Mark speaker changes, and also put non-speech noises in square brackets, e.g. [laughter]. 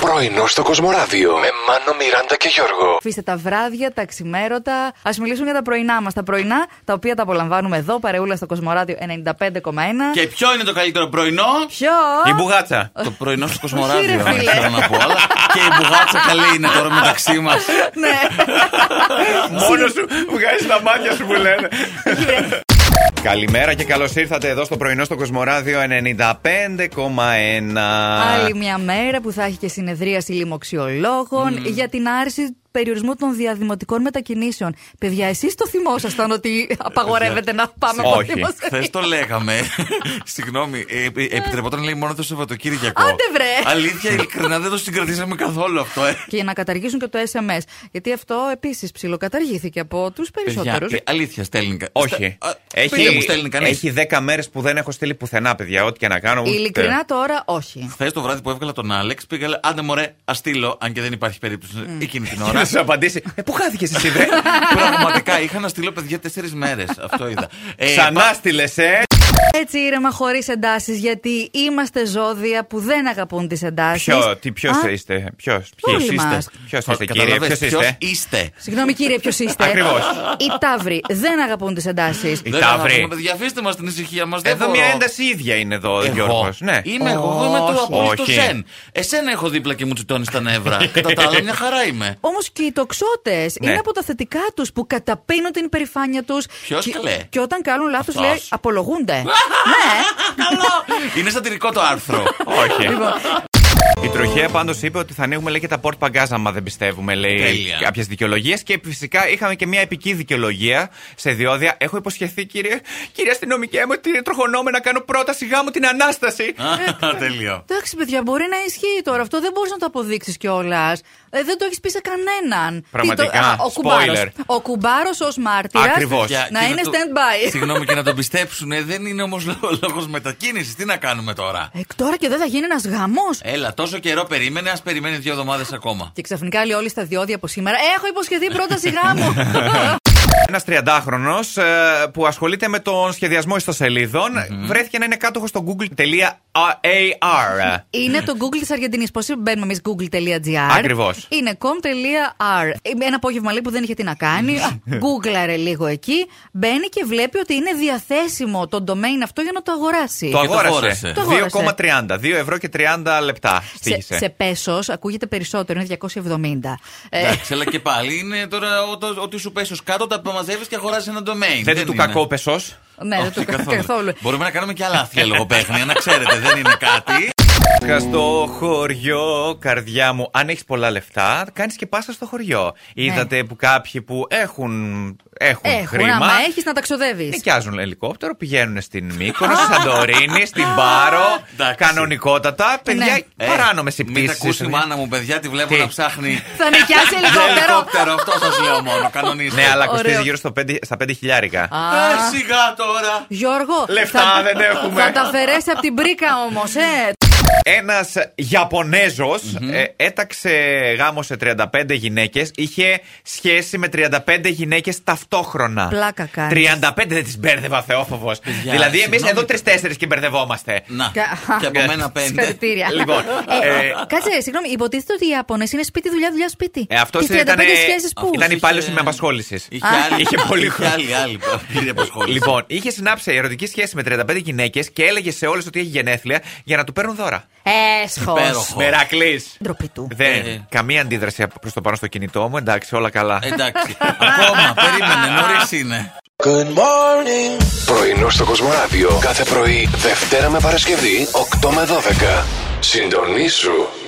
Speaker 1: Πρωινό στο Κοσμοράδιο με Μάνο, Μιράντα και Γιώργο.
Speaker 2: Αφήστε τα βράδια, τα ξημέρωτα. Ας μιλήσουμε για τα πρωινά μας. Τα πρωινά τα οποία τα απολαμβάνουμε εδώ, παρεούλα στο Κοσμοράδιο 95,1.
Speaker 3: Και ποιο είναι το καλύτερο πρωινό,
Speaker 2: Ποιο?
Speaker 3: Η μπουγάτσα. το πρωινό στο Κοσμοράδιο.
Speaker 2: Όχι, ρε, φίλε.
Speaker 3: Θέλω να πω, αλλά και η μπουγάτσα καλή είναι τώρα μεταξύ μας.
Speaker 2: Ναι.
Speaker 3: Μόνος σου βγάζεις τα μάτια σου που λένε.
Speaker 4: Καλημέρα και καλώς ήρθατε εδώ στο πρωινό στο Κοσμοράδιο 95,1.
Speaker 2: Άλλη μια μέρα που θα έχει και συνεδρίαση λοιμοξιολόγων για την άρση περιορισμού των διαδημοτικών μετακινήσεων. Παιδιά, εσείς το θυμόσασταν
Speaker 3: Ε,
Speaker 2: ότι απαγορεύεται να πάμε από
Speaker 4: Όχι.
Speaker 2: δημοσιογραφία.
Speaker 3: Χθες το λέγαμε. Συγγνώμη, ε, ε, επιτρεπόταν λέει μόνο το Σαββατοκύριακο.
Speaker 2: Άντε, βρε.
Speaker 3: Αλήθεια, ειλικρινά δεν το συγκρατήσαμε καθόλου αυτό, ε.
Speaker 2: Και να καταργήσουν και το SMS. Γιατί αυτό επίσης ψηλοκαταργήθηκε από τους περισσότερου.
Speaker 3: Παιδιά, ε, αλήθεια, στέλνει. κα-
Speaker 4: Όχι.
Speaker 3: Στα- ναι. α,
Speaker 4: Έχει,
Speaker 3: πείτε μου στέλνει κανείς.
Speaker 4: έχει 10 μέρες που δεν έχω στείλει πουθενά, παιδιά. Ό,τι και να κάνω. ούτε-
Speaker 2: Ειλικρινά τώρα, όχι.
Speaker 3: Χθες το βράδυ που έβγαλα τον Άλεξ, πήγα, λέω, άντε μωρέ, ας στείλω, αν και δεν υπάρχει περίπτωση εκείνη την
Speaker 4: Και να
Speaker 3: ώρα.
Speaker 4: σου απαντήσει. Ε, πού χάθηκε εσύ,
Speaker 2: [laughs]
Speaker 4: βρε.
Speaker 3: Πραγματικά είχα να στείλω παιδιά τέσσερις μέρες. Αυτό είδα. Ε,
Speaker 4: Ξανά στείλε, ε.
Speaker 2: Έτσι ήρεμα, χωρίς εντάσεις, γιατί είμαστε ζώδια που δεν αγαπούν τις εντάσεις.
Speaker 4: Ποιο, τι, ποιος είστε, ποιος,
Speaker 2: Όλοι μας.
Speaker 4: Ποιος είστε, κύριε, ποιος είστε.
Speaker 3: είστε.
Speaker 2: Συγγνώμη κύριε, ποιος είστε.
Speaker 4: Ακριβώς.
Speaker 2: Οι Ταύροι δεν αγαπούν τις εντάσεις.
Speaker 4: Η
Speaker 3: Δεν
Speaker 4: Ταύρη.
Speaker 3: αναφέρομαι, παιδιά, αφήστε μας την ησυχία μας.
Speaker 4: Εδώ μια ένταση ίδια είναι εδώ, ο
Speaker 3: Εγώ.
Speaker 4: Γιώργος. Ναι.
Speaker 3: Είμαι εγώ, εγώ είμαι το
Speaker 4: Όχι.
Speaker 3: απόλυτο
Speaker 4: Όχι.
Speaker 3: ζεν. Εσένα έχω δίπλα και μου τσιτώνεις τα
Speaker 4: [laughs]
Speaker 3: νεύρα. Κατά τα άλλα, μια χαρά είμαι.
Speaker 2: Όμως και οι τοξότες
Speaker 4: Ναι.
Speaker 2: είναι από τα θετικά τους που καταπίνουν την υπερηφάνεια τους.
Speaker 3: Ποιος καλέ?
Speaker 2: και, και όταν κάνουν λάθος,
Speaker 3: Αυτός.
Speaker 2: λέει απολογούνται.
Speaker 3: Καλό! Είναι σατυρικό το άρθρο.
Speaker 4: Όχι.
Speaker 3: Λοιπόν.
Speaker 4: Η τροχέα πάντως είπε ότι θα ανοίγουμε λέει, και τα πόρτ παγκάζα, άμα δεν πιστεύουμε, λέει
Speaker 3: Τέλεια.
Speaker 4: κάποιες δικαιολογίες. Και φυσικά είχαμε και μια επική δικαιολογία σε διόδια. Έχω υποσχεθεί, κύριε, κύριε αστυνομικέ μου, ότι είναι τροχονόμενα να κάνω πρόταση γάμου την ανάσταση.
Speaker 3: Α, Τέλειο.
Speaker 2: Εντάξει, παιδιά, μπορεί να ισχύει τώρα αυτό. Δεν μπορείς να το αποδείξεις κιόλας. Ε, δεν το έχεις πει σε κανέναν. Τι
Speaker 4: Πραγματικά,
Speaker 2: το- α, ο
Speaker 4: spoiler.
Speaker 2: κουμπάρος. Ο κουμπάρος ως μάρτυρας.
Speaker 4: Ακριβώς.
Speaker 3: Για-
Speaker 2: Να
Speaker 3: και
Speaker 2: είναι
Speaker 3: το-
Speaker 2: stand-by.
Speaker 3: Συγγνώμη και να τον πιστέψουν. ε, Δεν είναι όμως λόγος μετακίνησης. Τι να κάνουμε τώρα.
Speaker 2: Ε, τώρα και δεν θα γίνει ένας γαμό.
Speaker 3: Έλα, τόσο καιρό περίμενε, ας περιμένει δύο εβδομάδες ακόμα.
Speaker 2: Και ξαφνικά λέει όλοι στα διόδια από σήμερα. Έχω υποσχεθεί πρόταση
Speaker 4: [laughs]
Speaker 2: γάμου.
Speaker 4: Ένας 30χρονο ε, που ασχολείται με τον σχεδιασμό ιστοσελίδων βρέθηκε να είναι κάτοχος στο
Speaker 3: Ε,
Speaker 4: google.ar.
Speaker 2: είναι το Google της Αργεντινής. Πώς μπαίνουμε εμείς, google.gr.
Speaker 4: Ακριβώς.
Speaker 2: Είναι com.r. Ένα απόγευμα λέει που δεν είχε τι να κάνει.
Speaker 4: Ναι.
Speaker 2: Google λίγο εκεί. Μπαίνει και βλέπει ότι είναι διαθέσιμο το domain αυτό για να το αγοράσει.
Speaker 4: Το
Speaker 3: Και το
Speaker 4: αγόρασε.
Speaker 3: αγόρασε.
Speaker 2: Το αγόρασε.
Speaker 4: 2,30. 2 ευρώ και 30 λεπτά.
Speaker 2: Σε,
Speaker 4: Στήχησε.
Speaker 2: σε πέσος ακούγεται περισσότερο, είναι 270. Ε,
Speaker 4: Ναι.
Speaker 3: Εντάξει, αλλά και πάλι είναι τώρα ό- το- ότι σου πέσει ως κάτω, τα μαζεύεις και αγοράζεις ένα domain.
Speaker 4: Δεν είναι του
Speaker 3: είναι.
Speaker 4: κακόπεσο.
Speaker 2: ναι, δεν
Speaker 3: Όχι,
Speaker 2: το καθόλου. καθόλου.
Speaker 3: Μπορούμε να κάνουμε και άλλα άθλια λογοπαίχνια, να ξέρετε, δεν είναι κάτι.
Speaker 4: Πάσχα στο χωριό, καρδιά μου. Αν έχεις πολλά λεφτά, κάνεις και πάσα στο χωριό. Είδατε που κάποιοι που έχουν, έχουν,
Speaker 2: Έχουν,
Speaker 4: χρήμα.
Speaker 2: άμα έχεις να τα ξοδεύει.
Speaker 4: Νοικιάζουν ελικόπτερο, πηγαίνουν στην Μύκονο, στη Σαντορίνη, στην Πάρο.
Speaker 3: Εντάξει.
Speaker 4: κανονικότατα. Παιδιά,
Speaker 3: Ε,
Speaker 4: παράνομες οι
Speaker 3: Μην τα ακούσει
Speaker 4: πτήσει.
Speaker 3: η μάνα μου, παιδιά, τη βλέπω
Speaker 4: Τι?
Speaker 3: να ψάχνει.
Speaker 2: Θα
Speaker 3: [laughs]
Speaker 2: νοικιάσει ελικόπτερο.
Speaker 3: Ελικόπτερο, αυτό σας λέω μόνο, κανονίστε.
Speaker 4: Ναι, αλλά
Speaker 2: Ωραίο.
Speaker 4: κοστίζει γύρω στο πέντε- στα 5 χιλιάρικα.
Speaker 3: Ε, σιγά τώρα.
Speaker 2: Γιώργο,
Speaker 4: Λεφτά δεν έχουμε.
Speaker 2: Θα τα αφαιρέσει από την πρίκα όμως, ε.
Speaker 4: Ένας ε, έταξε γάμο σε 35 γυναίκες. Είχε σχέση με 35 γυναίκες ταυτόχρονα.
Speaker 2: Πλάκα κάνεις.
Speaker 4: 35 δεν τις μπέρδευα, Θεόφοβος.
Speaker 3: Παιδιά,
Speaker 4: δηλαδή, εμείς
Speaker 3: συγγνώμη.
Speaker 4: εδώ τρει-τέσσερι και μπερδευόμαστε.
Speaker 3: Να,
Speaker 2: Κα-
Speaker 3: και από
Speaker 4: Ναι.
Speaker 3: μένα πέντε.
Speaker 2: Συγχαρητήρια.
Speaker 4: Λοιπόν,
Speaker 2: Ε,
Speaker 4: ε,
Speaker 2: κάτσε, συγγνώμη, υποτίθεται ότι οι Ιάπωνες είναι σπίτι, δουλειά, δουλειά, σπίτι.
Speaker 4: Ε, αυτό
Speaker 2: Τις 35
Speaker 4: ήταν.
Speaker 2: σχέσεις που.
Speaker 4: Ήταν
Speaker 3: Είχε-
Speaker 4: υπάλληλο με απασχόλησης.
Speaker 3: Είχε άλλη,
Speaker 4: Είχε πολύ χρόνο.
Speaker 3: άλλη, άλλη, πήρε απασχόληση.
Speaker 4: Λοιπόν, είχε συνάψει ερωτική σχέση με 35 γυναίκες και έλεγε σε όλες ότι έχει γενέθλια για να του παίρνουν δώρα.
Speaker 2: Έσχος.
Speaker 3: Υπέροχος.
Speaker 4: Μερακλής.
Speaker 2: Ντροπή του.
Speaker 4: Δεν.
Speaker 3: Ε.
Speaker 4: Καμία αντίδραση προς το πάνω στο κινητό μου. Εντάξει, όλα καλά.
Speaker 3: Εντάξει, ακόμα, περίμενε, νωρίς είναι.
Speaker 1: Πρωινό στο Κοσμοράδιο κάθε πρωί, Δευτέρα με Παρασκευή, 8 με 12. Συντονίσου